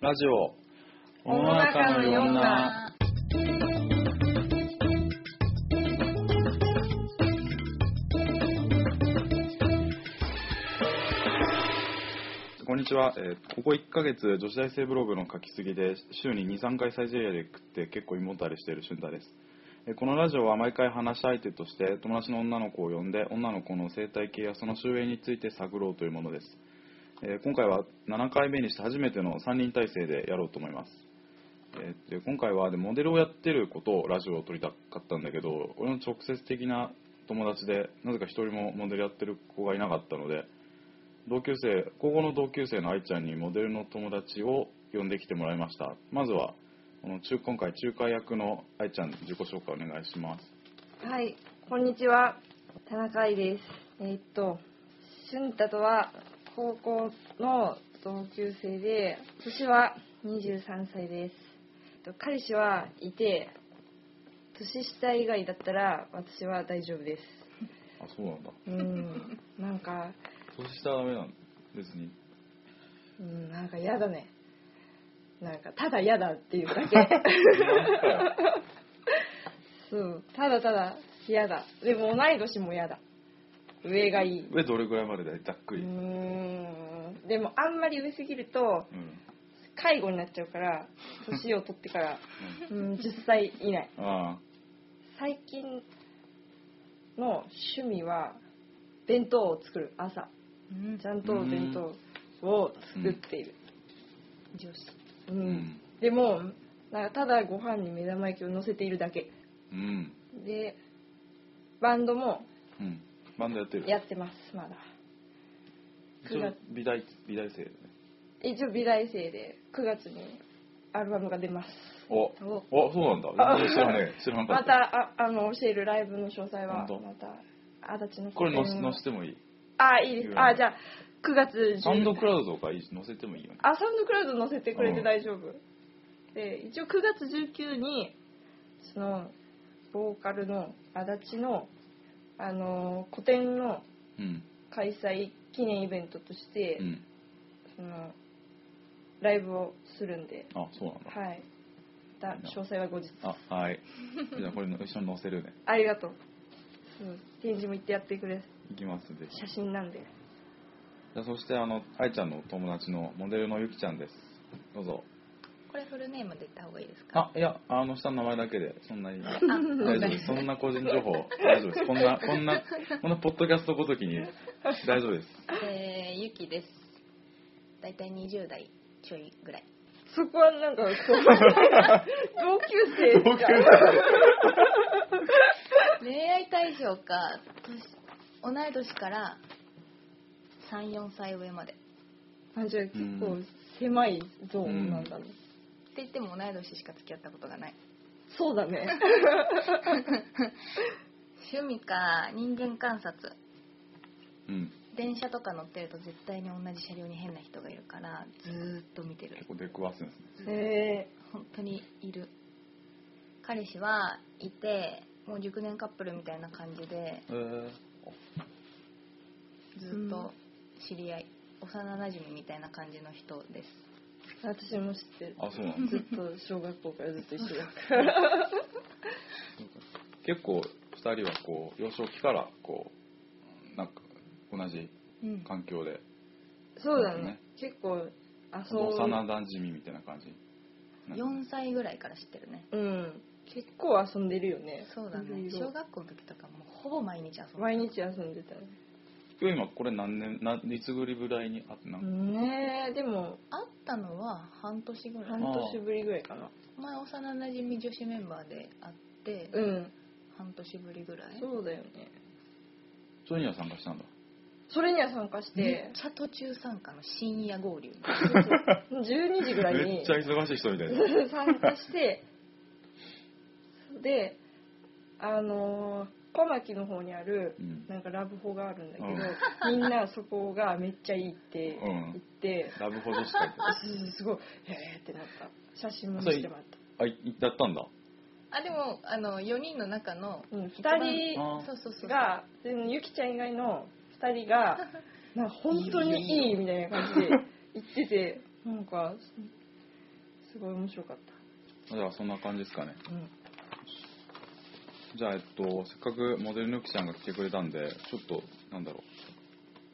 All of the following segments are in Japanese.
ラジオ世の中のいろんなこんにちは、えーここ1ヶ月女子大生ブログの書きすぎで週に23回サイゼリアで食って結構胃もたれしている俊太です、えーこのラジオは毎回話し相手として友達の女の子を呼んで女の子の生態系やその周囲について探ろうというものです、えー今回は7回目にして初めての3人体制でやろうと思いますえーで今回はでモデルをやってることをラジオを撮りたかったんだけど俺の直接的な友達でなぜか一人もモデルやってる子がいなかったので同級生高校の同級生の愛ちゃんにモデルの友達を呼んできてもらいましたまずはこの中今回仲介役の愛ちゃん自己紹介お願いしますはい、こんにちは。田中愛です。えーっと、俊太とは高校の同級生で、年は23歳です。えっと彼氏はいて、年下以外だったら私は大丈夫です。あそうなんだうん、なんか、年下はダメなの別にうん、なんか嫌だね。なんか、ただ嫌だっていうだけ。 そう、ただただ嫌だ。でも同い年も嫌だ。上がいい。上どれぐらいまでだよざっくうり、うんーんでもあんまり上すぎると介護になっちゃうから年を取ってから、うん、10歳以内あ最近の趣味は弁当を作る朝ちゃんと弁当を作っている、女子うんあうんでもなんかただご飯に目玉焼きを乗せているだけうん、でバンドもうん、バンドやってるやってますまだ一応美大美大生だね一応美大生で9月にアルバムが出ますおをおそうなんだあ全然知らねえ知らなかまったたああの教えるライブの詳細はま本当た足立のこれ載せの載せてもいいあいいですあじゃあ9月10サウンドクラウドとかいいし載せてもいいよねあサウンドクラウド載せてくれて大丈夫、で一応9月19にそのボーカルの足立のあの個展のうん開催記念イベントとして、うんそのライブをするんであそうなんだはいだ詳細は後日あはいじゃあこれの一緒に載せるねありがとう、うん、展示も行ってやってくれいきますぜひ写真なんでじゃあそしてあの愛ちゃんのお友達のモデルのゆきちゃんですどうぞこれフルネームで言った方がいいですかあいやあの下の名前だけでそんなに大あ丈夫ですそんな個人情報大丈夫ですこんなこんなこんなポッドキャストごときに大丈夫ですえー、ゆきです大体20代ちょいぐらいそこはなんか、そう 同級生同級じゃん生恋愛対象か年同い年から34歳上までってあじゃあ結構狭いゾーンなんだね。言っても同い年しか付き合ったことがないそうだ ね。趣味か人間観察うん電車とか乗ってると絶対に同じ車両に変な人がいるからずーっと見てる結構出くわすんですねえ本当にいる彼氏はいてもう熟年カップルみたいな感じでえーずっと知り合い、幼なじみみたいな感じの人ですー、私も知ってる。あそうなんだずっと小学校からずっと一緒だか結構2人はこう幼少期からこうなんか同じうん環境でら。 そうだね。結構、あ、そう。幼なじみみたいな感じ4歳ぐらいから知ってるねうん。結構遊んでるよね。そうだねいろいろ小学校の時とかもうほぼ毎日遊ぶ毎日遊んでたね。今日今これ何年ないつぶりぐらいに会ってなんか、ねえ、でも、会ったのは半年ぐら半い年ぶりぐらいかな。前幼なじみ女子メンバーで会って、うん。半年ぶりぐらいそうだよね。そういうには参加したんだそれには参加しめてっ、ちゃ途中参加の深夜合流 12時ぐらいに。めっちゃ忙しい人みたいな 参加してであのー小牧の方にあるうんなんかラブホがあるんだけど、うみんなそこがめっちゃいいってうん言って、ラブホ女子会ってすすごいえーってなった写真も見せてもらったあいだったんだあでもあの4人の中のうん一番二人そうそうそうがでゆきちゃん以外の2人がなんか本当にいいみたいな感じで言っててなんかすごい面白かったじゃあそんな感じですかね。うんじゃあ、えっと、せっかくモデルヌキちゃんが来てくれたんで、ちょっと、なんだろ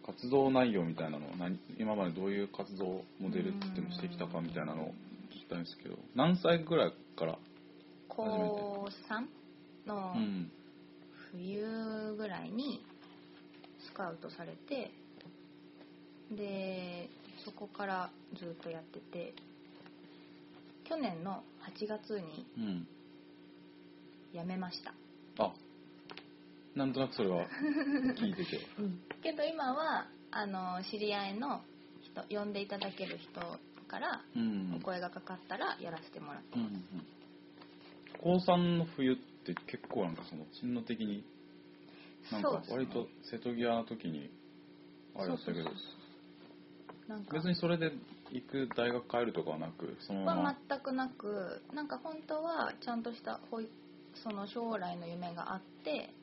う、活動内容みたいなの、何今までどういう活動をモデルっていうのをしてきたかみたいなのを聞きたいんですけど、何歳ぐらいから、高3のうん、冬ぐらいにスカウトされてでそこからずっとやってて去年の8月にうん、辞めましたあなんとなくそれは聞いて て、うんけど今はあの知り合いの人呼んでいただける人からうん、お声がかかったらやらせてもらってうんうます、ん高3の冬って結構なんかその、心の的に、なんそうかですね割と瀬戸際の時に、あれだったけそどうそう、そうなんか別にそれで行く大学帰るとかはなくそのままは全くなくなんか本当はちゃんとした保育その将来の夢があって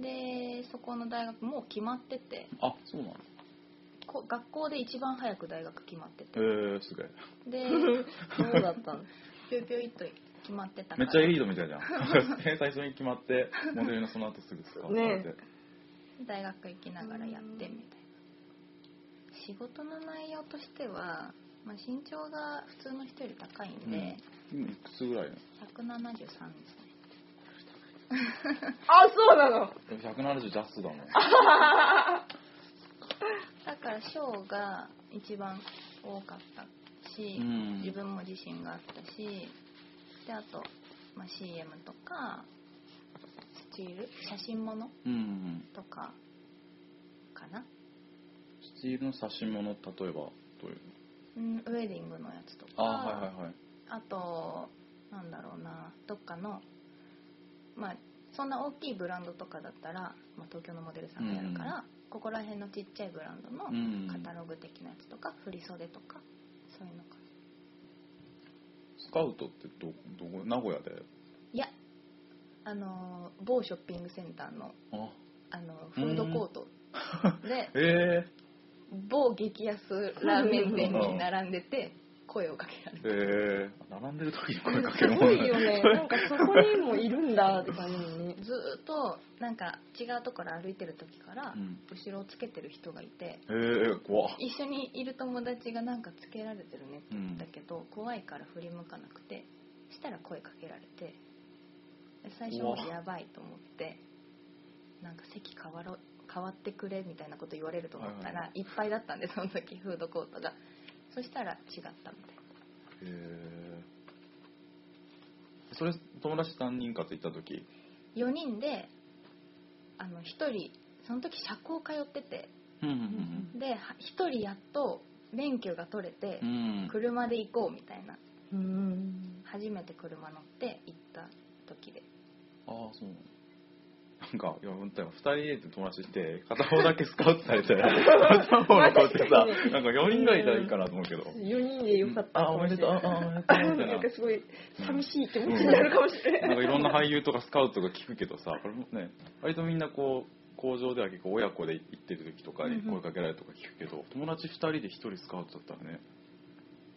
でそこの大学もう決まっててあそうなのこ学校で一番早く大学決まっててへえすごい で そうだったんですぴょいぴょいっと決まってたからめっちゃエリートみたいじ ゃんえ最初に決まってモデルのその後すぐ使わされて、ね大学行きながらやってみたいな仕事の内容としては、まあ、身長が普通の人より高いんで、今いくつぐらいなの173ですねあそうなのでも170ジャストだもんだから賞が一番多かったし、うん自分も自信があったしであと、まあ、CM とかスチール写真ものうんうんとかかな、スチールの差し物例えばどういううん、ウェディングのやつとかあはいはいはいあとなんだろうなどっかのまあそんな大きいブランドとかだったら、まあ、東京のモデルさんがやるから、ここら辺のちっちゃいブランドのうんカタログ的なやつとか、振り袖とかそういうのかなスカウトってどどこ名古屋でいやあのー某ショッピングセンターのああのーフードコートで え某激安ラーメン店に並んでて声をかけらー、れえー、並んでる時に声かけするもごんいよねなんか そこにもいるんだって感じのねるずーっとなんか違うところ歩いてる時からうん後ろをつけてる人がいてえー、怖っ一緒にいる友達がなんかつけられてるねって言ったけど怖いから振り向かなくてしたら声かけられてで最初うもわやばいと思ってなんか席変わろ変わってくれみたいなこと言われると思ったはいはらいっぱいだったんでその時フードコートがそしたら違ったみたいへえそれ友達何人かと行った時な4人であの1人その時社交通っててうんうんでは1人やっと免許が取れてうん車で行こうみたいなうん初めて車乗って行った時でああそうなんかいや本当に2人で友達して片方だけスカウトされ て片方の子ってさなんか4人ぐらいいたらいいかなと思うけど、 4人でよかったあおめでとうああおめでとあうみたいななんかすごい寂しい気持ちになるかもしれな なんいかいろんな俳優とかスカウトが聞くけどさこれもね割とみんなこう工場では結構親子で行ってる時とかに声かけられるとか聞くけど、友達2人で1人スカウトだったらね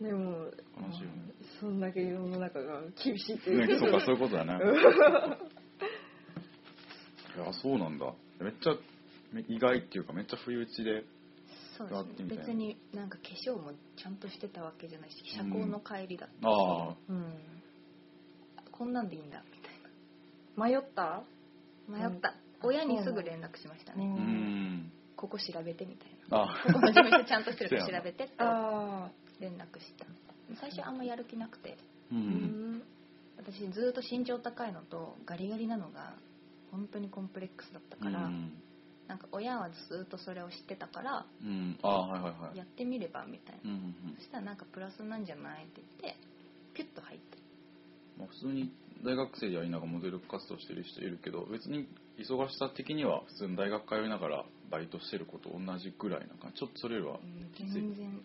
でも悲しいよねそんだけ世の中が厳しいというね、そうかそういうことだね。いやそうなんだ。めっちゃめ意外っていうかめっちゃ不意打ちで。そうやっでてすみたねいな別になんか化粧もちゃんとしてたわけじゃないし社交の帰りだったし、ああうんこんなんでいいんだみたい迷ったな迷った、親にすぐ連絡しましたね、うーん。ここ調べてみたいなあここの事務所ちゃんとしてるか調べてってああ連絡した最初あんまやる気なくてう。うんん私ずっと身長高いのとガリガリなのが本当にコンプレックスだったから、うん。なんか親はずっとそれを知ってたからうん、ああはいはいはいや。ってみればみたいな、うんうんうんそしたらなんかプラスなんじゃないって言ってピュッと入ってまあ、普通に大学生やりながらモデル活動してる人いるけど別に忙しさ的には普通の大学通いながらバイトしてること同じぐらいな感じちょっとそれよりはうんきつい全然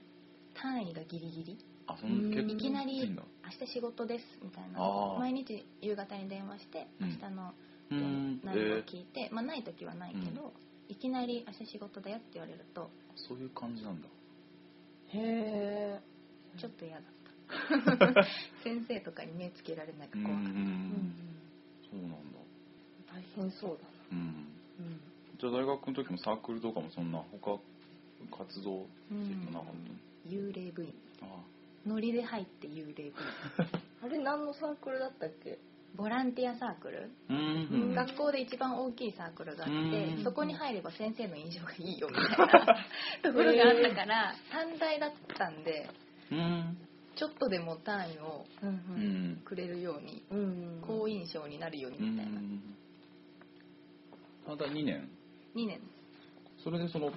単位がギリギリあそんなうん結構いきなきついりん「だ明日仕事です」みたいなあー毎日夕方に電話してうん明日のうんえ内容をー、聞いて、まあない時はないけど、いきなり「明日仕事だよ」って言われるとそういう感じなんだへえちょっと嫌だった 先生とかに目つけられないかうんう怖かった、んんそうなんだ大変そうだうんな、うんじゃあ大学の時もサークルとかもそんな他活動っていうのなかった幽霊部員の、あノリで入って幽霊部員あれ何のサークルだったっけボランティアサークル、あうんうん学校で一番大きいサークルがあって、うんそこに入れば先生の印象がいいよみたいな ところがあったから、短大だったんでうんちょっとでも単位をうんうんくれるようにうん好印象になるようにうみたいな、ん短大2年2年それでその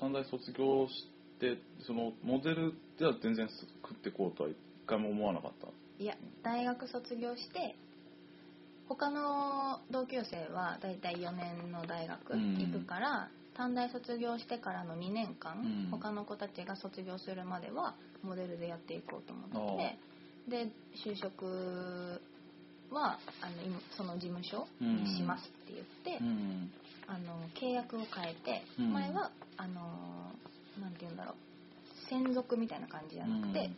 短大卒業してそのモデルでは全然食ってこうとは一回も思わなかったいや大学卒業して他の同級生は大体4年の大学行くから、短大卒業してからの2年間、うん他の子たちが卒業するまではモデルでやっていこうと思ってで就職はあの今その事務所にしますって言って、んあの契約を変えて、うん前はあのなんて言うんだろう専属みたいな感じじゃなくて、うん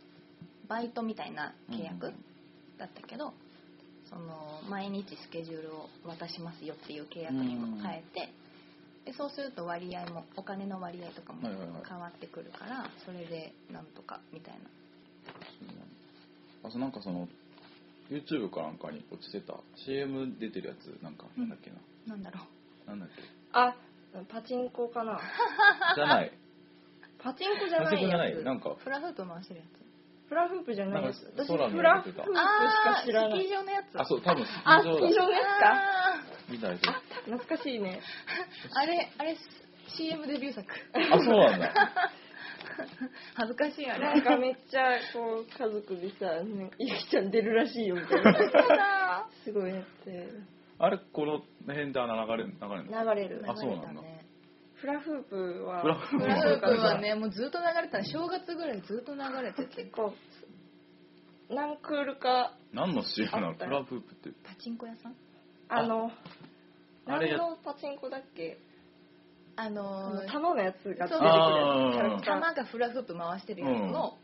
バイトみたいな契約、うんだったけどその毎日スケジュールを渡しますよっていう契約にも変えて、でそうすると割合もお金の割合とかもはい変はいはいわってくるから、それでなんとかみたいなあとなんかその YouTube かなんかに落ちてた CM 出てるやつなんかなんだっけな、なんだろなんだ っけあパチンコかなじゃないパチンコじゃパなチンいコじゃなやいつなんかうフラフープ回してるやフラフープじゃないやつなんか私空のフラやつフ出ーてプたしかつああースキ知らないー場のやつあそう多分スキあースキー場場だですかあみたいで懐かしいねーあれあれ CM デビュー作あそうなんだ恥ずかしいあれなんかめっちゃこう家族でさ「なんかゆきちゃん出るらしいよ」みたいなすごいやってあれこの辺であの流れ流れるの流れるあそうなんだ流れたねフラフープはフラフープフラフープはねねもうずっと流れてた正月ぐらいずっと流れてて結構何クールか何の CM なあのっフたよラフープってパチンコ屋さんあのあれ何やのパチンコだっけああののー玉のやつが出てくるやつキそうャラクター玉がフラフープ回してるやつの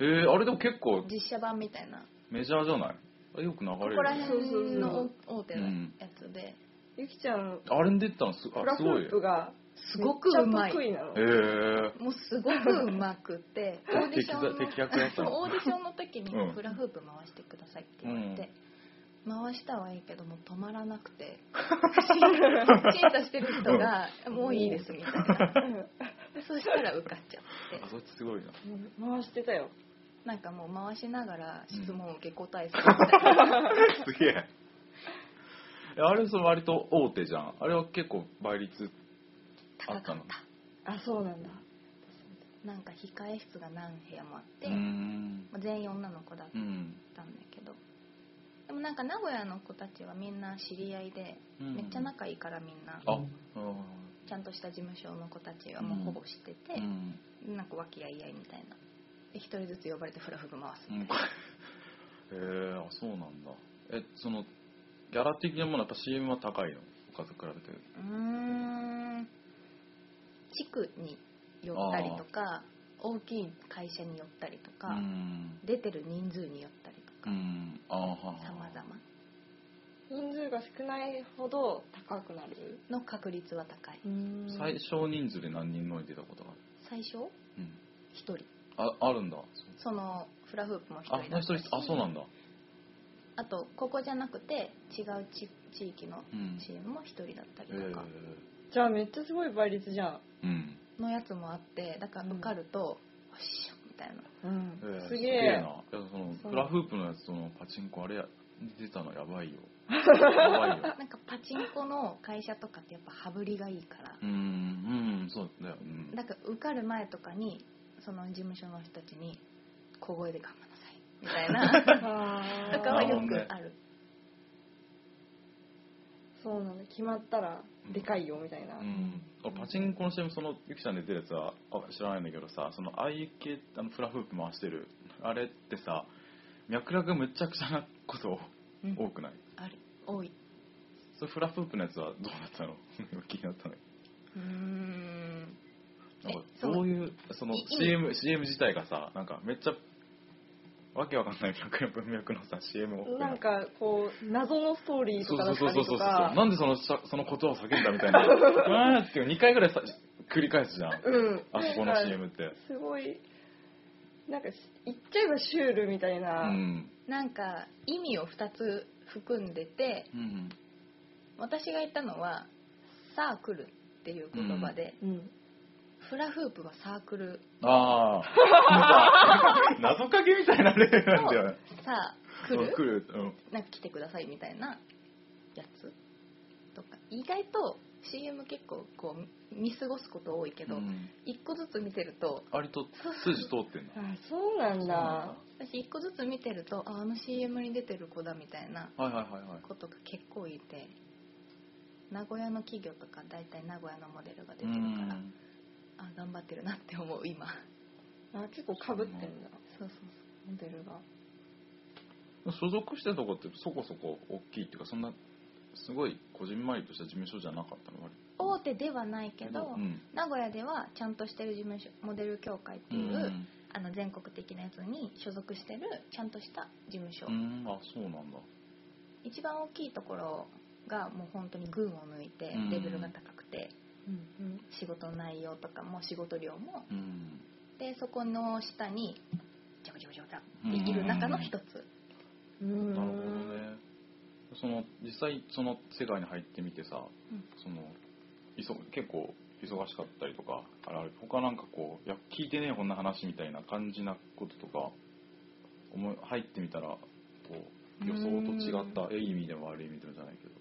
えー、あれでも結構実写版みたいなメジャーじゃないあよく流れるこよねこら辺の大手のうんやつでゆきちゃんあれに出てたのすフラあすフごいープがすごくうまめっちゃ得い意なのえー、もうすごくうまくてオーディションの適役やったそうのオーディションの時にうんフラフープ回してくださいって言われて、回したはいいけどもう止まらな くて審査してる人が「もういいです」みたいな でそしたら受かっちゃってあそいつすごいなうん回してたよなんかもう回しながら質問を受け答えするみたいな、すげええあれその割と大手じゃんあれは結構倍率あ 高ったかっのあそうなんだたなんか控え室が何部屋もあって、うーんまあ全員女の子だっうんたんだけどでもなんか名古屋の子たちはみんな知り合いで、うんめっちゃ仲いいからみんなあうんちゃんとした事務所の子たちはもうほぼ知ってうて、んなんか和気あいあいみたいなで一人ずつ呼ばれてフラフラ回す、うん えー、あそうなんだえそのギャラ的なものはやっぱ CM は高いの他と比べてうーん地区に寄ったりとか大きい会社に寄ったりとうか、ん出てる人数によったりとうか、んあーはーはー様々人数が少ないほど高くなるの確率は高い最小人数で何人乗り出たことがある、最初うん、一人ああるんだそのフラフープも一あ人だ一った人しあそうなんだあとここじゃなくて違う地地域のうんチームも一人だったりえとかじゃあめっちゃすごい倍率じゃんー、うんのやつもあってだから受かると、おっしゃみたいなうんえーすげな。いえやそのそうフラフープのやつとのパチンコあれや出たのやばいよ。やばいよ。なんかパチンコの会社とかってやっぱ羽振りがいいからう、んうんそうだよ。うん、だから受かる前とかにその事務所の人たちに小声で頑張んなさいみたい なあーとかはよくあるそうなんだ決まったらでかいよみたいな、うん、あパチンコの CM そのゆきちゃんで出てるやつはあ知らないんだけどさそのああいう系あのフラフープ回してるあれってさ脈絡がめちゃくちゃなことうん多くない、ある多いそれフラフープのやつはどうなったの 今気になったねうーんなんかえそのどういうそのいい CM, CM 自体がさなんかめっちゃわけわかんない 脈々文脈のさ CM をなんかこう謎のストーリーとかだったりとかなんでそのしゃその言葉を叫んだみたいなわーって2回ぐらいさ繰り返すじゃんうんあそこの CM ってすごいなんかし言っちゃえばシュールみたいうな、んなんか意味を2つ含んでてうん私が言ったのは「サークル」っていう言葉で、うんフラフープはサークルああ謎かけみたいな例なんだよねさあ来る来るうんなんか来てくださいみたいなやつとか意外と CM 結構こう見過ごすこと多いけど、うん一個ずつ見てると割と筋通 ってんだあそうなんだ私一個ずつ見てるとああの CM に出てる子だみたいなはいはいはいはいことが結構いて名古屋の企業とか大体名古屋のモデルが出てうるからんあ頑張ってるなって思う今あ結構かぶってんだそうそうモデルが所属してたとこってそこそこ大きいっていうかそんなすごいこじんまりとした事務所じゃなかったの割そう大手ではないけど、とうん名古屋ではちゃんとしてる事務所モデル協会っていう、あの全国的なやつに所属してるちゃんとした事務所、うんあそうなんだ一番大きいところがもう本当に群を抜いてうんレベルが高くて、うん仕事の内容とかも仕事量もうんでそこの下にジョブジョブジョブジョブっている中の一つ、うんうなるほどんねその実際その世界に入ってみてさ、うんそのいそ結構忙しかったりとかあれあれ他なんかこういや聞いてねえこんな話みたいな感じなこととか思い入ってみたらこう予想と違ったえいい意味でも悪い意味でもじゃないけど、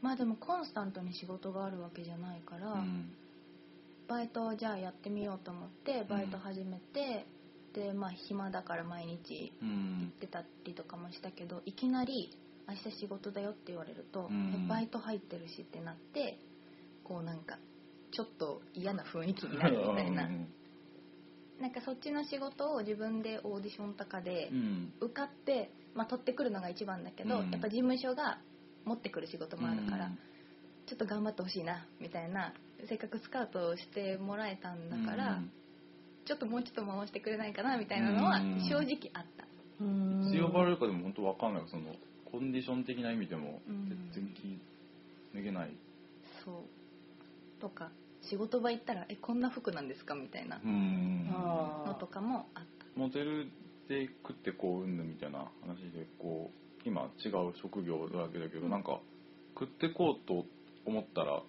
まあでもコンスタントに仕事があるわけじゃないから、うんバイトをじゃあやってみようと思ってバイト始めて、でまあ暇だから毎日うん出たりとかもしたけどいきなり「明日仕事だよ」って言われると、うんえバイト入ってるしってなってこうなんかちょっと嫌な雰囲気になるみたい な、うんなんかそっちの仕事を自分でオーディションとかでうん受かって、まあ、取ってくるのが一番だけど、うんやっぱ事務所が持ってくる仕事もあるから、うんちょっと頑張ってほしいなみたいなせっかくスカウトをしてもらえたんだから、ちょっともうちょっと回してくれないかなみたいなのはうん正直あった。うん強がられるかでも本当わかんないそのコンディション的な意味でもうん全然気抜けない、そうとか仕事場行ったら「えこんな服なんですか?」みたいなうんのあとかもあっモデルで食ってこううんぬみたいな話でこう今違う職業だらけだけど、うんなんか食ってこうと思ったら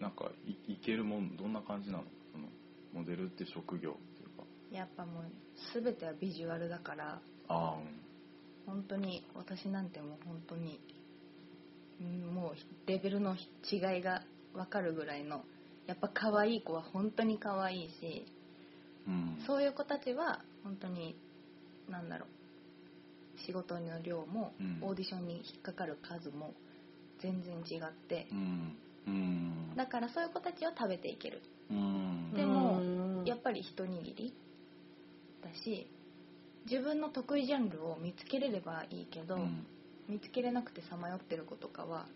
なんかいいけるもんどんな感じなのそのモデルって職業っていうかたやっぱもう全てはビジュアルだからああ本当に私なんてもう本当にうんもうレベルの違いが分かるぐらいのやっぱ可愛い子は本当に可愛いしうんそういう子たちは本当になんだろう仕事の量もうんオーディションに引っかかる数も全然違ってうんうんだからそういう子たちは食べていけるうんーでもうんやっぱり一握りだし自分の得意ジャンルを見つけれればいいけど、うん見つけれなくてさまよってる子とかは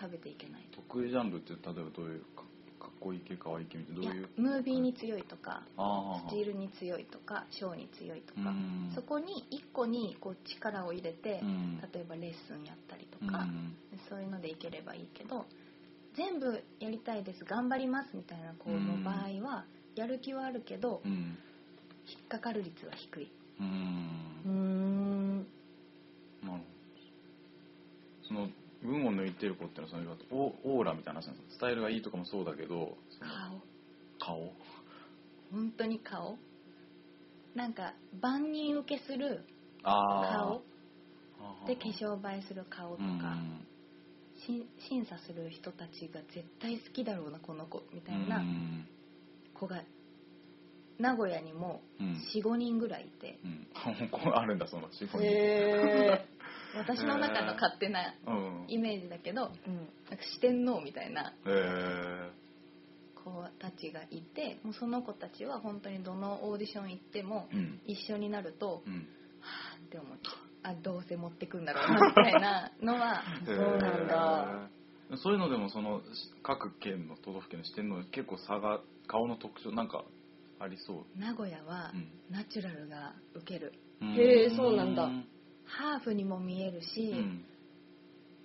食べていけない得意ジャンルって例えばどういうかかっこいい系かわいい系みたいないどやういうムービーに強いとかああスチールに強いとかショーに強いとか、うんそこに一個にこう力を入れて、うん例えばレッスンやったりとうんか、そういうのでいければいいけど全部やりたいです頑張りますみたいな子の場合は、やる気はあるけどうん引っかかる率は低い。うんうーんなるほどその群を抜いてる子っていうのはその要はオオーラみたいな話なんですかスタイルがいいとかもそうだけどその顔顔本当に顔なんか万人受けするあ顔ーで化粧映えする顔とうんか、し審査する人たちが絶対好きだろうなこの子みたいなうん子が名古屋にもうん45人ぐらいいてうん、 こうあるんだその四五人、へえ私の中の勝手なうんイメージだけどなんかうん四天王みたいなえー、子たちがいてもうその子たちは本当にどのオーディション行ってもうん一緒になるとうんはーって思ってあどうせ持ってくんだろうなみたいなの はそうなんだえーそういうのでもそのし各県の都道府県の視点の結構差が顔の特徴なんかありそう名古屋はうんナチュラルがウケるうへーそうなんだうんハーフにも見えるし、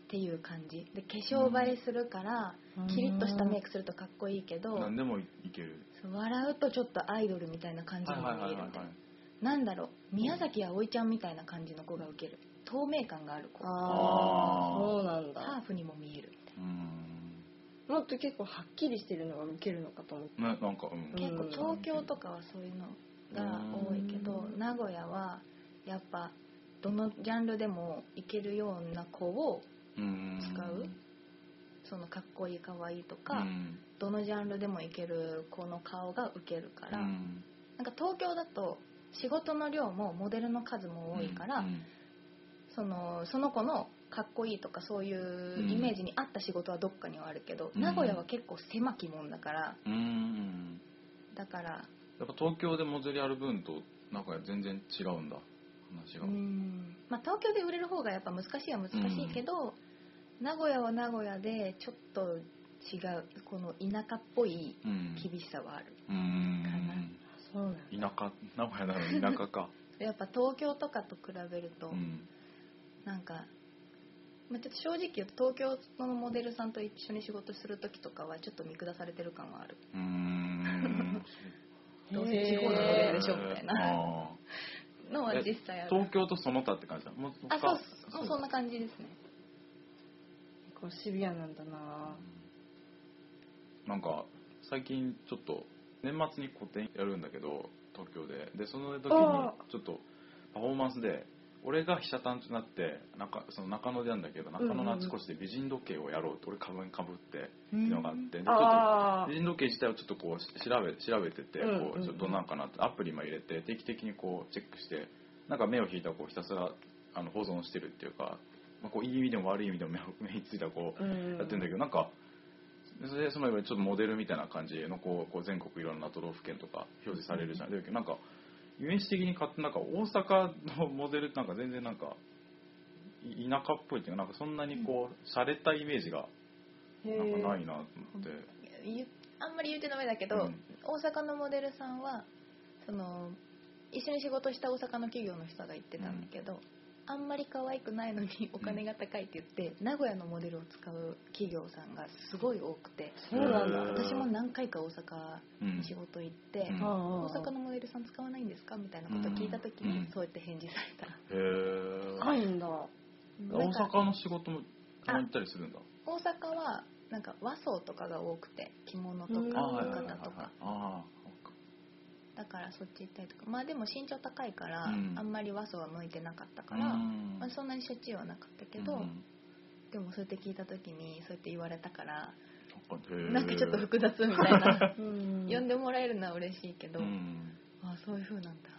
っていう感じで化粧映えするから、うんキリッとしたメイクするとかっこいいけど何でもいけるそう笑うとちょっとアイドルみたいな感じにも見えるみたいな、なんだろう宮崎あおいちゃんみたいな感じの子がウケる透明感がある子ハあああーそうなんーだフにも見えるみたいうんもっと結構はっきりしてるのがウケるのかと思ってねなんかうんなうん結構東京とかはそういうのが多いけどうん名古屋はやっぱどのジャンルでもいけるような子をうん使うそのかっこいいかわいいとか、うんどのジャンルでもいける子の顔がウケるから、うんなんか東京だと仕事の量もモデルの数も多いから、うんそのその子のかっこいいとかそういうイメージに合った仕事はどっかにはあるけど、うん名古屋は結構狭きもんだからうんうんだからやっぱ東京でモデルやる分となんか全然違うんだ話うがん、まあ、東京で売れる方がやっぱ難しいは難しいけど、名古屋は名古屋でちょっと違うこの田舎っぽいうん厳しさはある、うんそうなんだ田舎名古屋なのに田舎かやっぱ東京とかと比べると、うんなんか、まあ、ちょっと正直言うと東京のモデルさんと一緒に仕事する時とかはちょっと見下されてる感はあるうん どうせ地方のモデルでしょみたいなあのは実際あーる東京とその他って感じだもうあそうっす他もうそんな感じですね結構シビアなんだななんか最近ちょっと年末に個展やるんだけど東京ででその時にあちょっとパフォーマンスで俺が被写体となって中その中野でなんだけど中野のあちこちで美人時計をやろうって俺かぶかぶってっていうのがあってでちょっとあ美人時計自体をちょっとこうし調べ調べててうんこうんううんちょっとどんなんかなってアプリも入れて定期的にこうチェックしてなんか目を引いたらこうひたすらあの保存してるっていうか、まあ、こういい意味でも悪い意味でも目を 目についたこうあうんやってんだけどなんかそれでそのいわゆるちょっとモデルみたいな感じのこうこう全国いろんな都道府県とか表示されるじゃんだけどなんかイメージ的に勝手になんか大阪のモデルってなんか全然なんかい田舎っぽいっていうかなんかそんなにこう洒落たイメージがへなんーかないなと思って。言うあんまり言うてダメだけど、うん大阪のモデルさんはその一緒に仕事した大阪の企業の人が言ってたんだけど、あんまり可愛くないのに お金が高いって言って、名古屋のモデルを使う企業さんがすごい多くてそうなんだへー私も何回か大うん阪に仕事行って、うん大大阪のモデルさん使わないんですかみたいなことを聞いた時に、うんそうやって返事された、へーないんだ大なんか阪の仕事もたまに行ったりするんだ大阪はなんか和装とかが多くて着物とかうんあー浴衣とかあだからそっち行ったりとかまあでも身長高いから、うんあんまり和装は向いてなかったーから、うんまあ、そんなにしょっちゅうはなかったけど、うんうんでもそうやって聞いた時にそうやって言われたから、なんかへーなんかちょっと複雑みたい なうん呼んでもらえるのは嬉しいけど、うんああそういう風 なんだ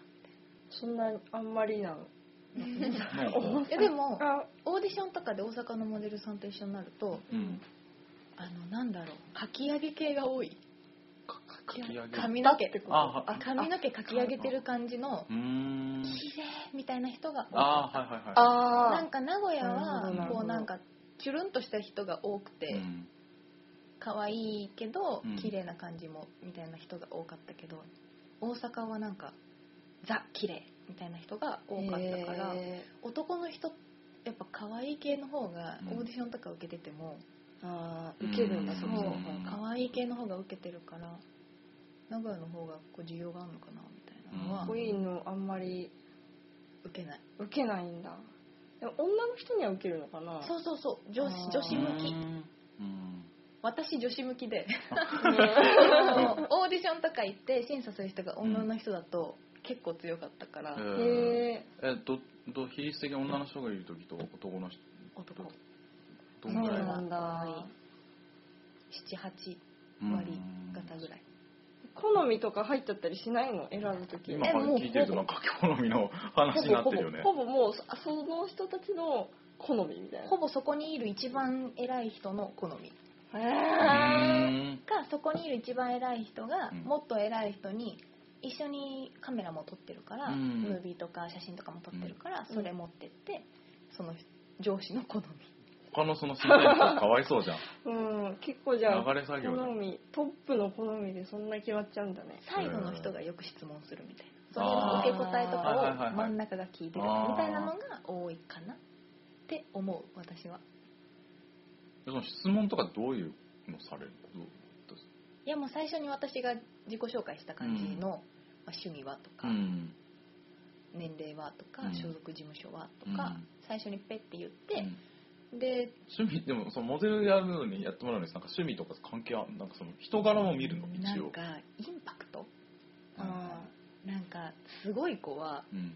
そんなあんまりなのなんか大いやでも阪オーディションとかで大阪のモデルさんと一緒になるとうんあのなんだろうかき上げ系が多いかかき上げ髪の毛あはあ髪の毛かき上げてる感じのうー ん綺麗みたいな人が多かったあーはいはいはいあなんか名古屋るほどななはるほこどうなんかチュルンとした人が多くうてん可愛いけどうん綺麗な感じもみたいな人が多かったけど大阪はなんかザ綺麗みたいな人が多かったからへ男の人やっぱ可愛い系の方がうんオーディションとか受けててもーあー受けるんだうんそもそもうん可愛い系の方が受けてるから名古屋の方がこう需要があるのかなみたいなのうかはっこいいのあんまり受けない受けないんだでも女の人には受けるのかなそうそうそう女あ子ー女子向うきんうん私女子向きでね オーディションとか行って審査する人が女の人だと結構強かったかへら、ーへえどど比率的に女の人がいる時と男の人男どえどそうんぐらいなんだ78うん割方ぐらい好みとか入っちゃったりしないの選ぶとき今えもう聞いてるとなんか好みの話になってるよねほぼほぼほぼもうそその人たちの好みみたいなほぼそこにいる一番偉い人の好みうへーんかそこにいる一番偉い人がうんもっと偉い人に一緒にカメラも撮ってるから、うんムービーとか写真とかも撮ってるから、うんそれ持ってってその上司の好み他のその審査員とかわいそうじゃんーうん結構じゃあ流れ作業だ好みトップの好みでそんな決まっちゃうんだね最後の人がよく質問するみたいなその受け答えとあーはいはいはいかはいを真ん中が聞いてるみあーたいなのが多いかなって思う私はその質問とかどういうのされるのいやもう最初に私が自己紹介した感じの、まあ趣味はとか、ん年齢はとか、うん所属事務所はとか、うん最初にペッて言うって、んで趣味でもそのモデルやるのにやってもらうのになんか趣味とか関係あんなんかその人柄も見るの一な応んかインパクトあなんかすごい子はうん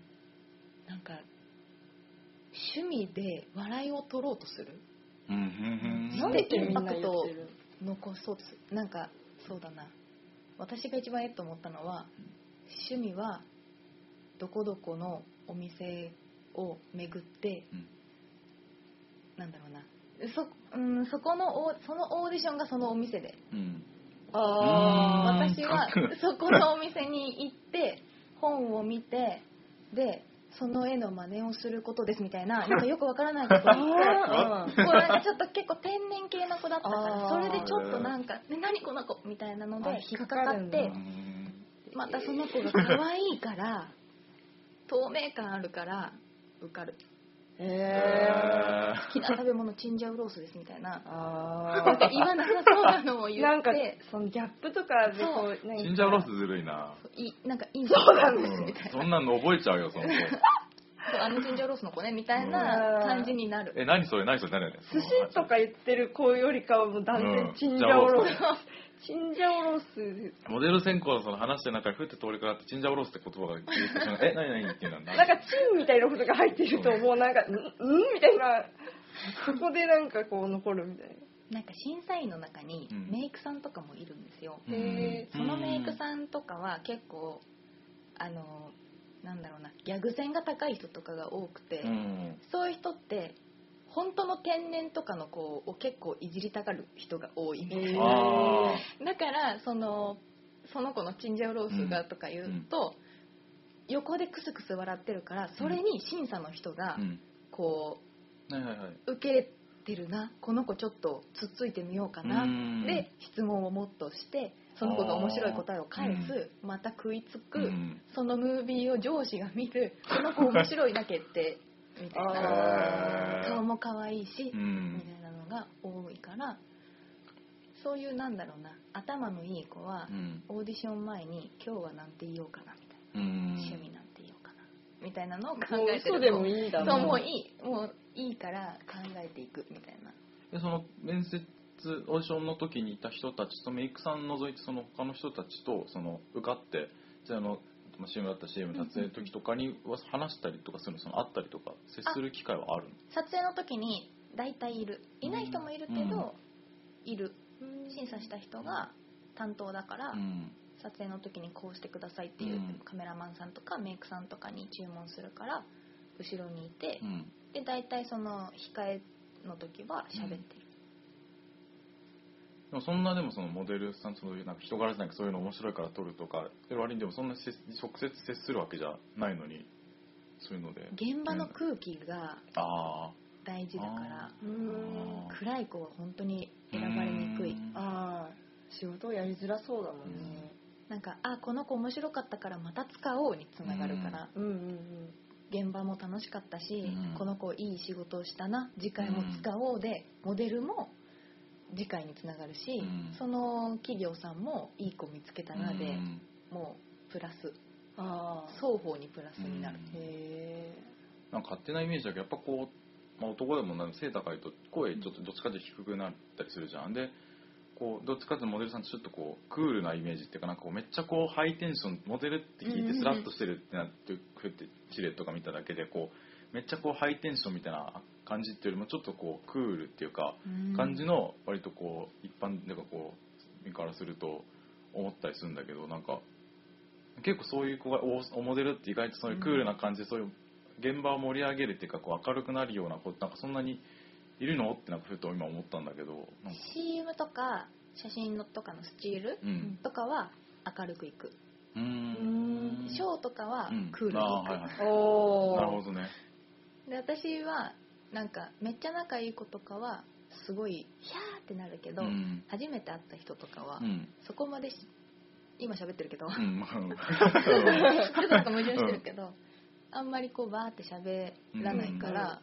なんか趣味で笑いを取ろうとするうんうんうんーなんでインなんでみんパクトな言ってる残そうとするなんかそうだな私が一番ええと思ったのは趣味はどこどこのお店を巡ってうんなんだろうなそ,、うん、そこのオーそのオーディションがそのお店でうんあーうん私かはっこいいそこのお店に行って本を見てでその絵の真似をすることですみたいななんかよくわからないことを言ってあ ーこうなんかちょっと結構天然系の子だったかあーらそれでちょっとなんか「ね、何この子」みたいなのであ引っかかっうて引っんまたその子が可愛いから透明感あるから受かるうんへへえ「好きな食べ物チンジャオロースです」みた いななんあか言わなさそうなのをー言なんっかてそのギャップとかでこうなんかチンジャオロースずるいな「いなんかいいんそうなうんんでみたいなそんなの覚えちゃうよその子そうあのチンジャオロースの子ね」みたいな感じになるえ何それ何それ誰だよ寿司とか言ってる子よりかはもう断然チンジャオロースチンジャオロースモデル選考のその話してる中にふって通りかかってチンジャオロースって言葉が出てきてしまうえ何何っていうのはなんかチンみたいなことが入ってるともうなんかんうんみたいなそこでなんかこう残るみたいななんか審査員の中にうんメイクさんとかもいるんですよ、うんへーそのメイクさんとかは結構あのなんだろうなギャグ線が高い人とかが多くて、うんそういう人って本当の天然とかの子を結構いじりたがる人が多いみたいな、あだからそのその子のチンジャオロースがとか言うと、横でクスクス笑ってるからそれに審査の人あがうんこはいはいはいう受けてるなこの子ちょっとつっついてみようかな、うんで質問をもっとしてその子が面白い答えを返あーす、また食いつく、うんそのムービーを上司が見るこの子面白いなけってみたいあなー顔も可愛いし、うみんたいなのが多いからそういうなんだろうな頭のいい子はう、んオーディション前に今日はなんて言おうかなみたいな、うん趣味なんて言おうかなみたいなのを考もうえて嘘るとでもいいだそうもなういいもういいから考えていくみたいなでその面接オーディションの時にいた人たちとメイクさん除いてその他の人たちとその受かってじゃあのまあ CM だったら CM 撮影の時とかには話したりとかするのその会ったりとか接する機会はあるの撮影の時に大体いるいない人もいるけど、いる審査した人が担当だから、うん撮影の時にこうしてくださいっていう、うんカメラマンさんとかメイクさんとかに注文するから後ろにいてう、んで大体その控えの時は喋ってる、でもそんなでもそのモデルさんそういうなんか人柄じゃなくてそういうの面白いから撮るとかで割にでもそんな接直接接するわけじゃないのにそういうので現場の空気があ大事だから、うーん暗い子は本当に選ばれにくいうんああ仕事をやりづらそうだもんねなんかあこの子面白かったからまた使おうにつながるから、うんうん現場も楽しかったし、うんこの子いい仕事をしたな次回も使おうで、モデルも次回につながるし、うんその企業さんもいい子見つけたなで、うんもうプラスうんああ双方にプラスになる、うんへなんか勝手なイメージだけどやっぱこう、まあ、男でもなんで背高いと声ちょっとどっちかっていうと低くなったりするじゃんでこうどっちかっていうとモデルさんってちょっとこうクールなイメージっていうかなんかこうめっちゃこうハイテンションモデルって聞いてスラッとしてるってなってくってチレットが見ただけでこうめっちゃこうハイテンションみたいな感じっていうよりもちょっとこうクールっていうかうん感じの割とこう一般でかこう身からすると思ったりするんだけどなんか結構そういう子がおおモデルって意外とそういうクールな感じでそういう現場を盛り上げるっていうかこう明るくなるような子なんかそんなにいるのってなんかふと今思ったんだけどなんか CM とか写真のとかのスチールうんとかは明るくいく、うーんショーとかはうんクールにあいーく、はいはいえおおなるほどねで私はなんかめっちゃ仲いい子とかはすごいヒャーってなるけど、うん初めて会った人とかは、うんそこまでし今喋ってる けどちう んまあうんょっと矛盾してるけど、あんまりこうバーって喋らないから、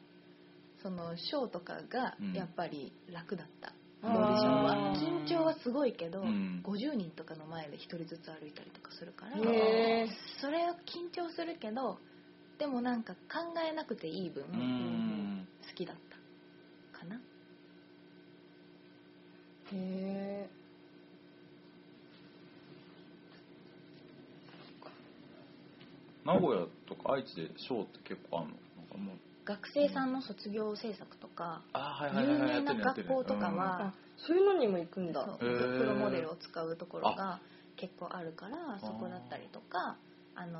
そのショーとかがうんやっぱり楽だっうた、んオーディションあはー緊張はすごいけど、うん50人とかの前で1人ずつ歩いたりとかするから、へーそれは緊張するけどでもなんか考えなくていい分、うん好きだったかなへえ名古屋とか愛知でショーって結構あるのなんかもう学生さんの卒業制作とか、あーはいはいは有いはい名な学校とかやっはあ、そういうのにも行くんだそうへープロモデルを使うところが結構あるからそこだったりとかあのー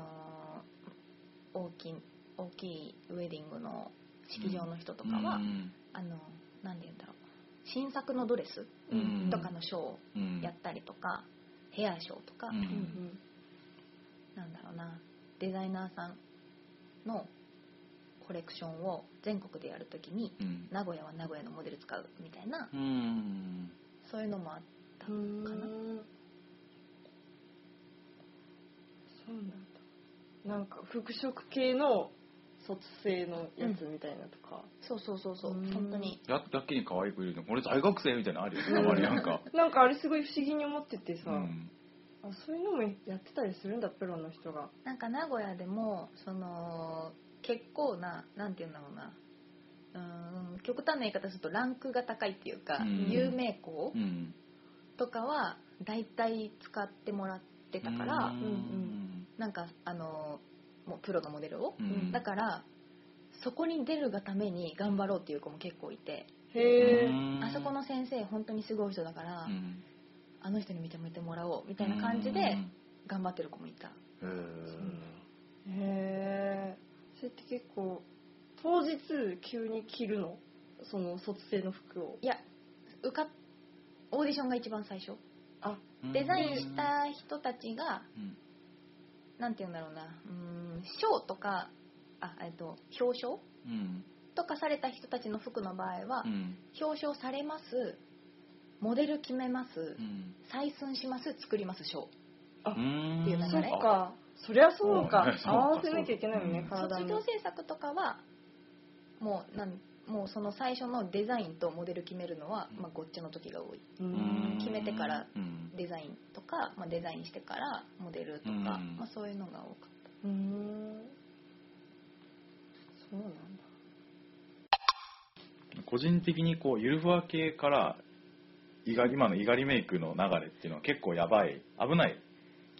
大きい大きいウェディングの式場の人とてかるやは、ってるうんあの何て言うんだろう新作のドレスうんとかのショーをうんやったりとか、ヘアショーとか、うんうんうんなんだろうなデザイナーさんのコレクションを全国でやるときにうん名古屋は名古屋のモデル使うみたいなうんそういうのもあったかうな。ーんそうなんだなんか服飾系の卒生のやつみたいなとか、そうそうそうそう、うん本当に。ややけに可愛い子いるの俺大学生みたいなのあるよたまになんかなんかあれすごい不思議に思っててさ、うんあそういうのもやってたりするんだプロの人がなんか名古屋でも、その、結構な、なんて言うんだろうな。うーん極端な言い方するとランクが高いっていうか、うん有名校うんとかは大体使ってもらってたから、うんなんかあのもうプロのモデルを、うんうんだからそこに出るがために頑張ろうっていう子も結構いて、へえ、うんあそこの先生本当にすごい人だから、うんあの人に認めてもらおうみたいな感じうんで頑張ってる子もいた、へーへえそれって結構当日急に着るのその卒生の服をいや受かっオーディションが一番最初あうんデザインした人たちがうんなんて言うんだろうなうーん賞とかあ、えっと、表彰うんとかされた人たちの服の場合は、うん表彰されますモデル決めますうん採寸します作ります賞うんっていう流れそっかそりゃそうかうんそうか合わせなきゃいけないよね、うん体卒に業制作とかはもうなんもうその最初のデザインとモデル決めるのは、まあ、ごっちゃの時が多いうんうん決めてからうんデザインとか、まあ、デザインしてからモデルとか、うんまあ、そういうのが多かったうーんそうなんだ個人的にこうゆるふわ系からいが今のいがりメイクの流れっていうのは結構やばい危ない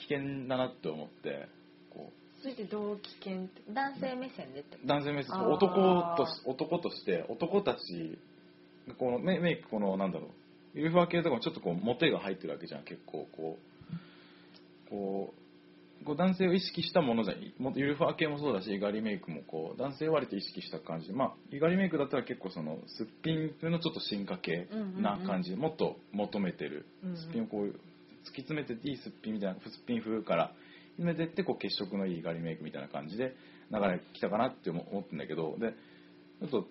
危険だなって思ってこそれって同期犬って男性目線でってこう男性メイクあー男とし男として男たちがこのメメイクこのなんだろうゆるふわ系とかもちょっとこうモテが入ってるわけじゃん結構こうこうこう男性を意識したものじゃんいもゆるふわ系もそうだしいがりメイクもこう男性割と意識した感じでまあいがりメイクだったら結構そのすっぴん風のちょっと進化系うんうんうんな感じでもっと求めてるうんうんすっぴんをこう突き詰めていいすっぴんみたいなすっぴん風から詰めてってこう血色のいいガリメイクみたいな感じで流れ来たかなって思思ってんだけどでちょっと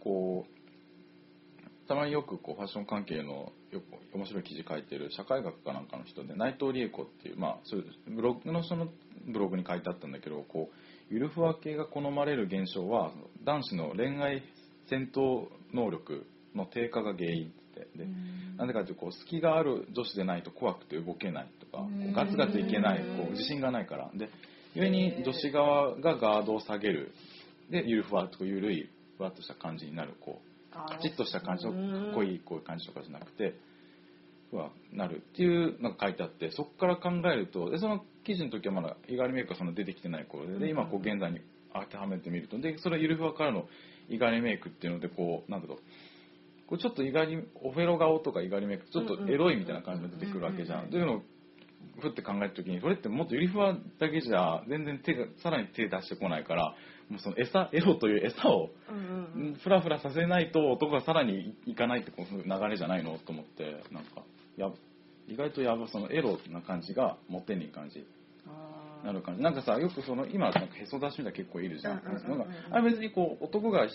こうたまによくこうファッション関係のよく面白い記事書いてる社会学かなんかの人で内藤理恵子っていう,、まあ、そういうブログのそのブログに書いてあったんだけどこうゆるふわ系が好まれる現象は男子の恋愛戦闘能力の低下が原因ってでなんでかっていうとこう隙がある女子でないと怖くて動けないとかこうガツガツいけないこう自信がないからで故に女子側がガードを下げるでゆるふわっとこうゆるいふわっとした感じになるこうカチッとした感じのかっこいいこういう感じとかじゃなくてふわなるっていうのが書いてあってそこから考えるとでその記事の時はまだ猪狩メイクはその出てきてない頃でで今こう現在に当てはめてみるとでそれはゆるふわからの猪狩メイクっていうのでこうなんだろうこうちょっと意外にオフェロ顔とか意外にメイクちょっとエロいみたいな感じが出てくるわけじゃん。というのをふって考えた時にそれってもっとユリフワだけじゃ全然手がさらに手出してこないからもうその餌エロという餌をうんうんうんフラフラさせないと男がさらにいかないってこういう流れじゃないのと思ってなんかや意外とやばそのエロな感じがモテにい感じあーなる感じなんかさよくその今なんかへそ出しみたいな結構いるじゃん,、うんうんうんうんなんかあれ別にこう男がひ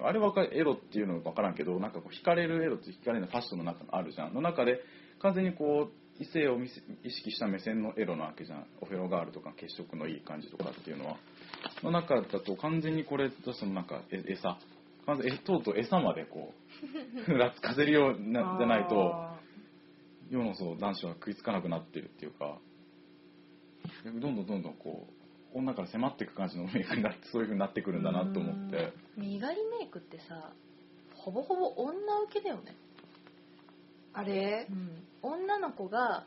あれわかエロっていうの分からんけどなんかこう惹かれるエロと惹かれないファッションの中のあるじゃんの中で完全にこう異性を見せ意識した目線のエロなわけじゃんオフェロガールとか血色のいい感じとかっていうのはの中だと完全にこれそのなんかえ餌完全えとうとう餌までこ う落下せるようなじゃないとあ世のそう男子は食いつかなくなってるっていうかどんどんどんどんこう女から迫っていく感じのメイクになってそういうふうになってくるんだなと思って身狩りメイクってさほぼほぼ女受けだよね、ーあれ女の子が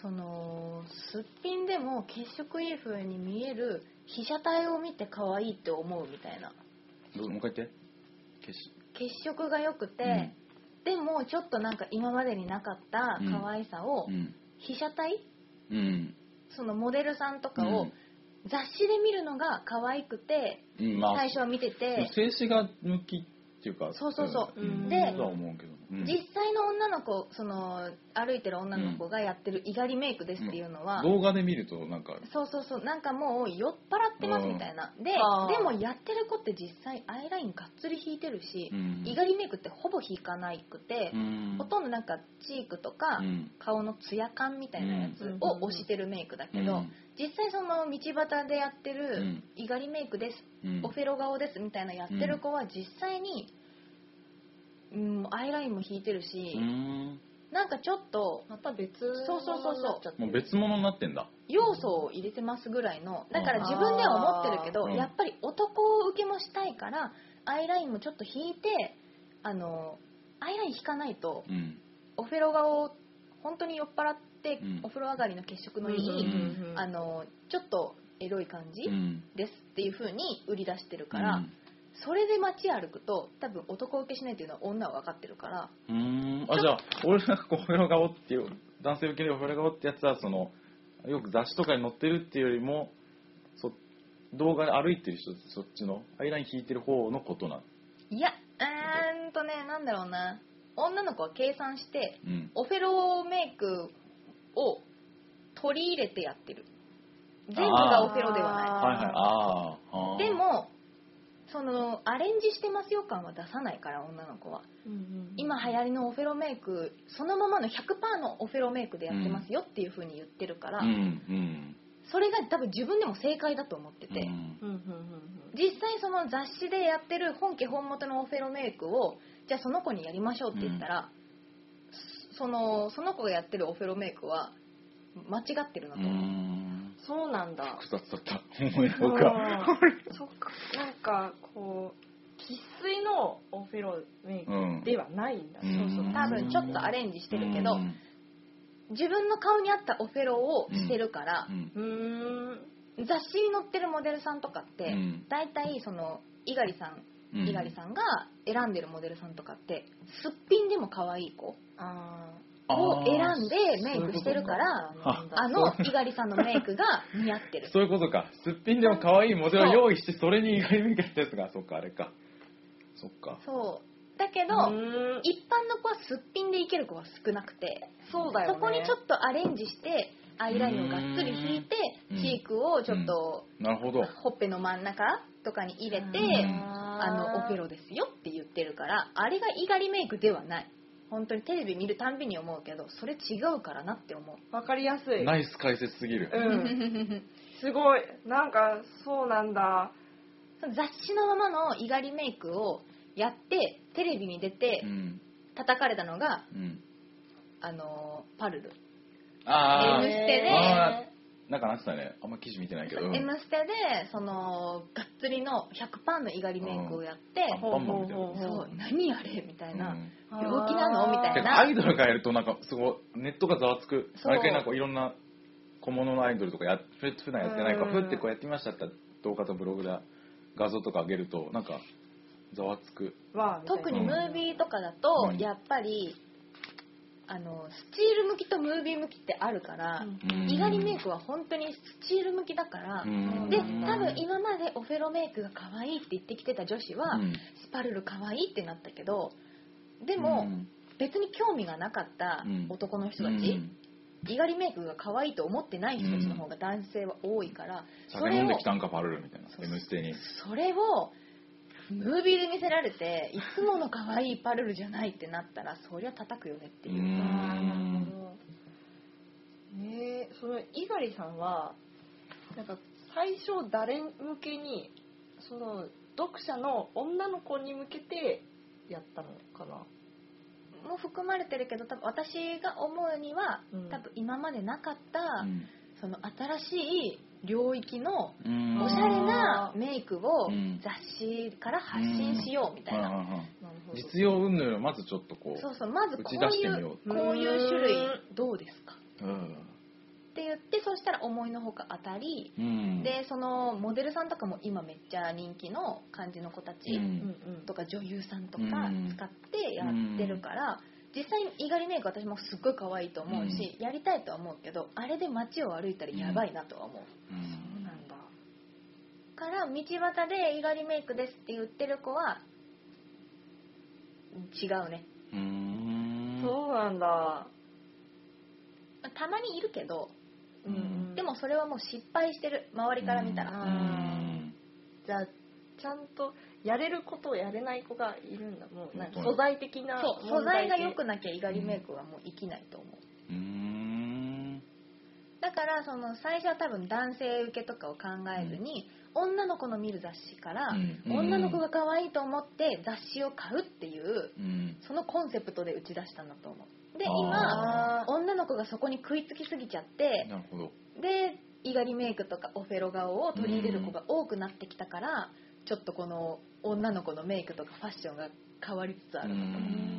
そのすっぴんでも血色いい風に見える被写体を見て可愛いって思うみたいなどうもう一回言って消し血色が良くて、うんでもちょっとなんか今までになかった可愛さをうん被写体うんそのモデルさんとかうをん雑誌で見るのが可愛くてうんまあ最初は見てて静止画向きっていうかそうそうそうんでとは思うけど、うん実際の女の子その歩いてる女の子がやってるいがりメイクですっていうのは動画で見るとなんかそうそうそうなんかもう酔っ払ってますみたいなであーでもやってる子って実際アイラインがっつり引いてるしうんいがりメイクってほぼ引かないくてうんほとんどなんかチークとかうん顔のツヤ感みたいなやつを押してるメイクだけうどん実際その道端でやってうるんいがりメイクですうんオフェロ顔ですみたいなやってる子は実際に、うん、アイラインも引いてるし、うんなんかちょっとまた別そうそうそうそうものになっちゃってもう別物になってんだ要素を入れてますぐらいのだから自分では思ってるけど、うんやっぱり男受けもしたいからアイラインもちょっと引いてあのアイライン引かないとうんオフェロ顔本当に酔っ払って、うんお風呂上がりの血色のいうんうい、んうんあのちょっとエロい感じ、うんですっていう風に売り出してるから。それで街歩くと多分男受けしないっていうのは女は分かってるからうんあじゃあ俺がこうオフェロ顔っていう男性受けるオフェロ顔ってやつはそのよく雑誌とかに載ってるっていうよりもそ動画で歩いてる人そっちのアイライン引いてる方のことないやうーんとねなんだろうな女の子は計算してうんオフェロメイクを取り入れてやってる全部がオフェロではあなはいはいあーあーいでもそのアレンジしてますよ感は出さないから女の子は今流行りのオフェロメイクそのままの100%のオフェロメイクでやってますよっていう風に言ってるから、うんうんそれが多分自分でも正解だと思ってて、うんうんうん実際その雑誌でやってる本家本元のオフェロメイクをじゃあその子にやりましょうって言ったら、そのその子がやってるオフェロメイクは間違ってるなうと思う、んそうなんだ複雑だった思いうん僕はそっかなんかこう生粋のオフェロメイうク んではないんだ、うんそうそう多分ちょっとアレンジしてるけど、うん自分の顔に合ったオフェロをしてるからう、んうーん雑誌に載ってるモデルさんとかって、うんだいたいその猪狩さんう猪狩さんが選んでるモデルさんとかってすっぴんでも可愛い子あをあ選ーんでメイクしてるからーああの猪狩さんのメイクが似合って るそういうことかすっぴんでも可愛いモデルを用意してそれに意外に見かしたやつがそっかあれかそっかそうだけど、うーん一般の子はすっぴんでいける子は少なくてそうだよねそこにちょっとアレンジしてアイラインをがっつり引いてうんチークをちょっと、なるほどほっぺの真ん中とかに入れて、うんあのオフェロですよって言ってるからあれが猪狩メイクではない本当にテレビ見るたんびに思うけどそれ違うからなって思うわかりやすいナイス解説すぎるうんすごいなんかそうなんだ雑誌のままの猪狩メイクをやってテレビに出てうん叩かれたのが、うんあのーパルル「ああ M ステで」あなんかなってたねあんま記事見てないけどそううん M ステ」でそのがっつりの100%の猪狩メイクをやってアンパンマンみたいなほうほうほそう何あれみたいな、うん病気なのみたいてなかアイドルがやるとなんかすごいネットがざわつくそう毎回なんかいろんな小物のアイドルとかやっふ普段やってないからうふんってこうやってみましたって動画とブログで画像とか上げるとなんかざわつくわあみたいな特にムービーとかだと、うんやっぱりあのスチール向きとムービー向きってあるからうんうん猪狩メイクは本当にスチール向きだから、うんで多分今までオフェロメイクが可愛いって言ってきてた女子は、うんスパルル可愛いってなったけどでも、うん別に興味がなかったうん男の人うたちん猪狩、メイクが可愛いと思ってない人たちの方が男性は多いから、そ酒れ飲んをできたんかパルルみたいなそう M ステにそれをムービーで見せられていつもの可愛いパルルじゃないってなったらそりゃ叩くよねっていううーんあーなるほどねえその猪狩さんはなんか最初誰向けにその読者の女の子に向けてやったのかなも含まれてるけど多分私が思うには、うん多分今までなかった、うんその新しい領域のうんおしゃれなあーメイクをうん雑誌から発信しようみたいな、うんうんうんなるほ実用云々よりまずちょっとこうそうそうまずこう打ち出しいてみうようこういう種類うどうですかうんって言ってそしたら思いのほか当たりうんでそのモデルさんとかも今めっちゃ人気の感じの子たちうんうんうんとか女優さんとかうん使ってやってるから、実際に猪狩メイク私もすっごい可愛いと思うし、やりたいとは思うけどあれで街を歩いたらやばいなとは思う、うんなんだから道端で猪狩メイクですって言ってる子は違うねうんそうなんだたまにいるけどうんうんでもそれはもう失敗してる周りから見たら、うあんじゃあちゃんとやれることをやれない子がいるんだもうなんか本当に素材的なそう素問題材でが良くなきゃ猪狩メイクはもう生きないと思ううんだからその最初は多分男性受けとかを考えずに、女の子の見る雑誌から、うん女の子が可愛いと思って雑誌を買うっていううんそのコンセプトで打ち出したんだと思うであー今女の子がそこに食いつきすぎちゃってなるほどで猪狩メイクとかオフェロ顔を取り入れる子が多くなってきたから、ちょっとこの女の子のメイクとかファッションが変わりつつあるなとう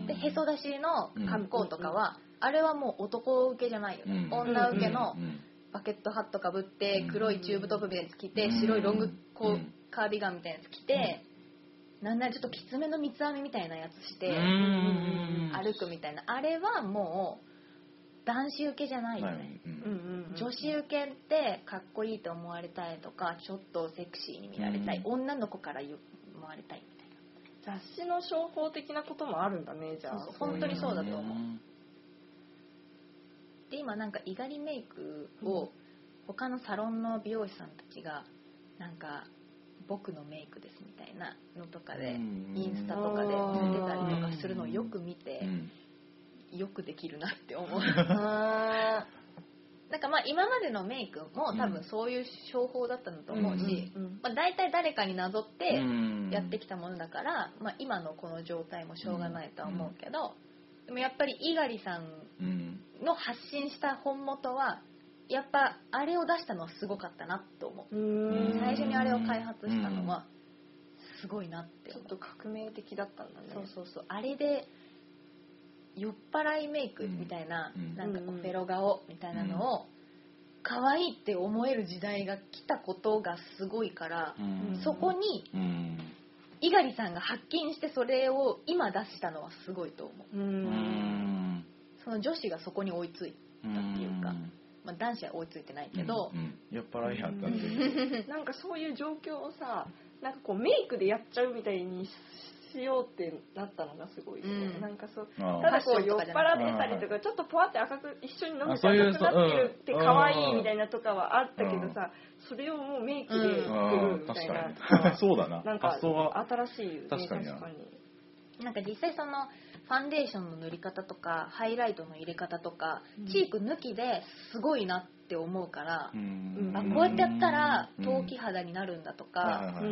んでへそ出しの格好とかは、あれはもう男受けじゃないよね、うん女受けの、うんバケットハットかぶってうん黒いチューブトップみたいなやつ着て、うん白いロングコーうんカーディガンみたいなやつ着て、なんならちょっときつめの三つ編みみたいなやつして、うん歩くみたいなあれはもう男子受けじゃないよなね、いねうんうんうんうん女子受けってかっこいいと思われたいとかちょっとセクシーに見られたい、う女の子から言う思われたいみたいな雑誌の商法的なこともあるんだねじゃあそうそう本当にそうだと思ううんで今なんか猪狩メイクを他のサロンの美容師さんたちがなんか僕のメイクですみたいなのとかでうんインスタとかで出てたりとかするのをよく見てうんよくできるなって思う あなんかまあ今までのメイクも多分そういう商法だったんだと思うーし、うんうんまあ、大体誰かになぞってうんやってきたものだから、まあ、今のこの状態もしょうがないとは思うけどでもやっぱり猪狩さんうんの発信した本元はやっぱあれを出したのはすごかったなと思うう、ーん最初にあれを開発したのはすごいなってちょ思っうと革命的だったんだねそうそうそうあれで酔っ払いメイクみたいな、うんなんかオフェロ顔みたいなのを、可愛いって思える時代が来たことがすごいから、うんそこにうん猪狩さんが発見してそれを今出したのはすごいと思ううーうんんその女子がそこに追いつい、っていうかんまあ、男子は追いついてないけど、うん酔っ払いやったっていうなんかそういう状況をさなんかこうメイクでやっちゃうみたいにししようってなったのがすごいよね、うんなんかそうあたあだこう酔っ払ってたりとかちょっとポワって赤く一緒に飲めて赤くなってるって可愛いみたいなとかはあったけどさそれをもうメイクで作うるうんみたいな確かに そうだななんか発想は新しいよね確確かかににななんか実際そのファンデーションの塗り方とかハイライトの入れ方とか、うんチーク抜きですごいなって思うから、んあこうやってやったらうん陶器肌になるんだとはいか、はいはい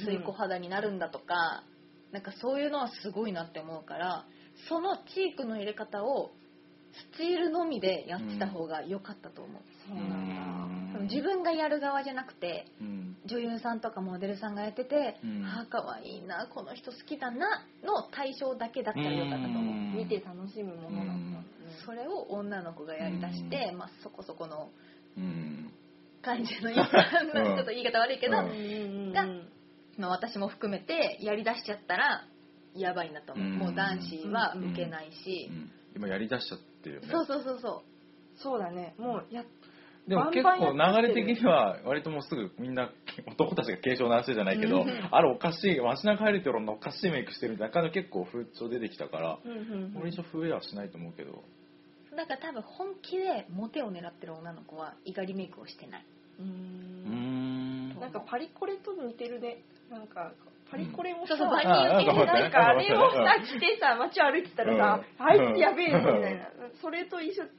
水湖肌になるんだとかなんかそういうのはすごいなって思うからそのチークの入れ方をスチールのみでやってた方が良かったと思う、そうなんだ多分自分がやる側じゃなくてうん女優さんとかモデルさんがやってて、うんああ可愛いなこの人好きだなの対象だけだったら良かったと思う、うん見て楽しむものだったんだねそれを女の子がやりだして、まあ、そこそこのうん感じのいいちょっと言い方悪いけど、うんうんがまあ、私も含めてやりだしちゃったらやばいなと思う、うんもう男子は受けないしう、ん今やりだしちゃってるよねそうそうそうそそうだねもうやっでも結バンバンやっ構て流るれ的には割ともうすぐみんな男たちが警鐘鳴らしてじゃないけうどんあれおかしいわしな帰るっておかしいメイクしてるみたいな感じが結構風潮出てきたからうんうん俺以上増えはしないと思うけどうだから多分本気でモテを狙ってる女の子は猪狩メイクをしてない、うんうんなんかパリコレと似てるねなんかパリコレもそうそうさバニあー受けなんかなんかあれをうんさ着てさ街を歩いてたらさ、うんあいつやべえぞうんみたいな、それと一緒っっ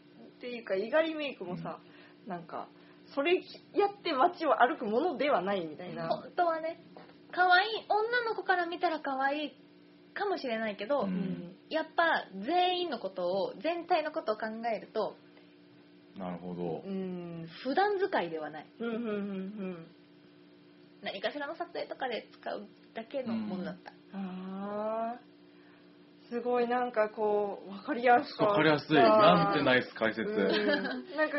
ていうか、猪狩メイクもさ、なんか、それやって街を歩くものではないみたいな。本当はね可愛い女の子から見たら可愛いかもしれないけど、ううんん。やっぱ全員のことを全体のことを考えるとなるほどう。ん。普段使いではないうん、うん、うん、うん。何かしらの撮影とかで使うだけのものだった、あーすごいなんかこう分かりやすわかりやすい。あなーんてナイス解説。うん なんか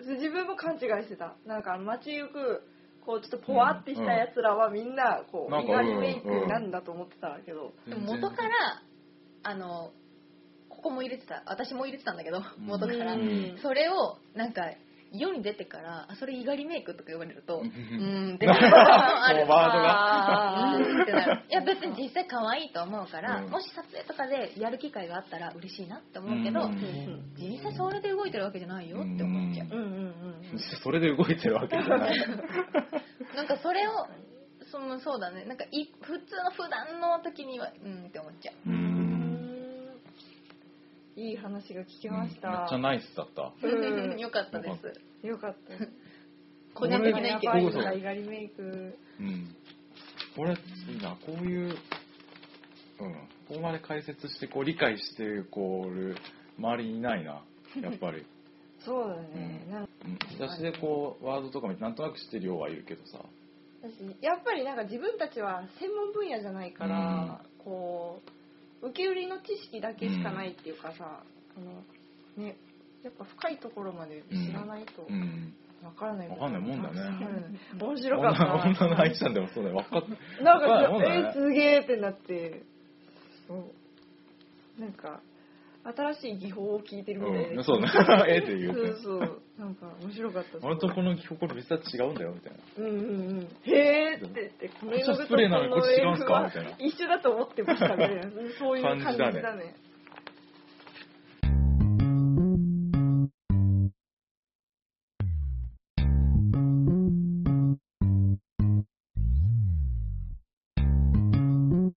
自分も勘違いしてたなんか街行くこうちょっとポワってしたやつらはみんなこうなん猪か狩メイクなんだと思ってたんだけどでも元からあのここも入れてた私も入れてたんだけどん元から、うんそれをなんか世に出てからあそれ猪狩メイクとか言われるとううんーんってなることもある もうワードがあ うーんってなるいや別に実実際可愛いと思うから、うんもし撮影とかでやる機会があったら嬉しいなって思うけうど、ん実際それで動いてるわけじゃないよって思っちゃう、うんうんうん実際それで動いてるわけじゃない。なんかそれをそのそうだねなんかい普通の普段の時にはうんって思っちゃうううんん。うーんいい話が聞きめまっしちゃたナイスだった。うん よかったですよかった個人的な意や見ばいな猪狩メイクうん。これ、いいな。こういう、うん。ここまで解説して、こう、理解してこる周りにいないな。やっぱり。そうだね、うんなんかうん引き出しでこう、ワードとかもなんとなく知ってるようはいるけどさ。私やっぱりなんか自分たちは専門分野じゃないから、こう受け売りの知識だけしかないっていうかさ、あのねやっぱ深いところまで知らないとうん。わからないわかんないもんだね。うん、面白か女ったの女の愛ちゃんでもそうだよ。わかっなわんかんないかもんちょだねえすげえってなってそうなんか新しい技法を聞いてるみたいで、うん、そうね。 ええって言うて。そうそうなんか面白かった俺とこの技法これ別は違うんだよみたいな。うんうんうんへえって言ってここっちはスプレーなのにこっち違うんすかみたいな 一緒だと思ってましたねそういう感じだね感